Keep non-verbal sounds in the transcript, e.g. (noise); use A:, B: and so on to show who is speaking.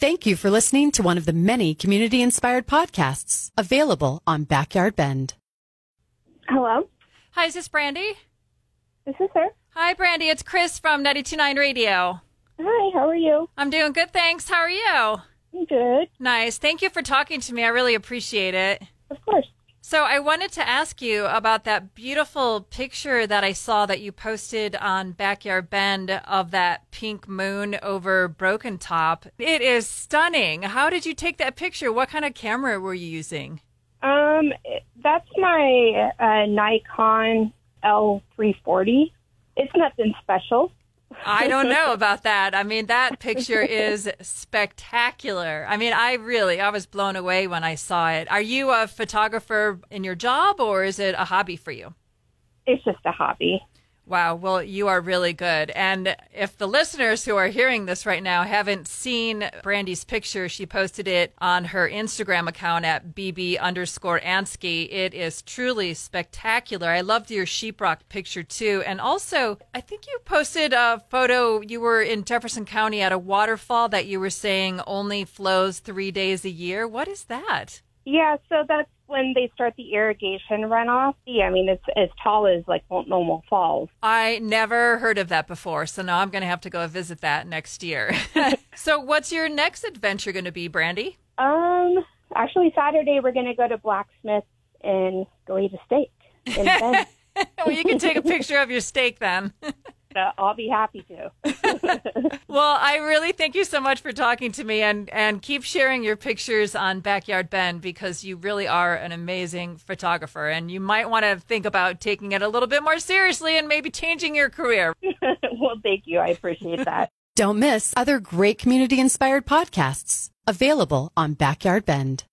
A: Thank you for listening to one of the many community inspired podcasts available on Backyard Bend.
B: Hello,
C: Hi, is this Brandy?
B: this is her.
C: Hi, Brandy. It's Chris from 929 Radio.
B: Hi, how are you?
C: I'm doing good, thanks. How are you?
B: I'm good.
C: Nice. Thank you for talking to me. I really appreciate it.
B: Of course.
C: So, I wanted to ask you about that beautiful picture that I saw that you posted on Backyard Bend of that pink moon over Broken Top. It is stunning. How did you take that picture? What kind of camera were you using?
B: Um, it- that's my uh, Nikon L340. It's nothing special.
C: I don't know about that. I mean, that picture is spectacular. I mean, I really, I was blown away when I saw it. Are you a photographer in your job or is it a hobby for you?
B: It's just a hobby.
C: Wow. Well, you are really good. And if the listeners who are hearing this right now haven't seen Brandy's picture, she posted it on her Instagram account at bb underscore Ansky. It is truly spectacular. I loved your sheeprock picture too. And also, I think you posted a photo. You were in Jefferson County at a waterfall that you were saying only flows three days a year. What is that?
B: Yeah, so that's when they start the irrigation runoff. Yeah, I mean it's as tall as like normal falls.
C: I never heard of that before, so now I'm going to have to go visit that next year. (laughs) so, what's your next adventure going to be, Brandy?
B: Um, actually Saturday we're gonna go to Blacksmith and go eat a steak. And then,
C: well, you can take a picture of your steak then. (laughs)
B: so I'll be happy to. (laughs)
C: well, I really thank you so much for talking to me and, and keep sharing your pictures on Backyard Bend because you really are an amazing photographer and you might want to think about taking it a little bit more seriously and maybe changing your career.
B: well, thank you. I appreciate that.
A: Don't miss other great community inspired podcasts available on Backyard Bend.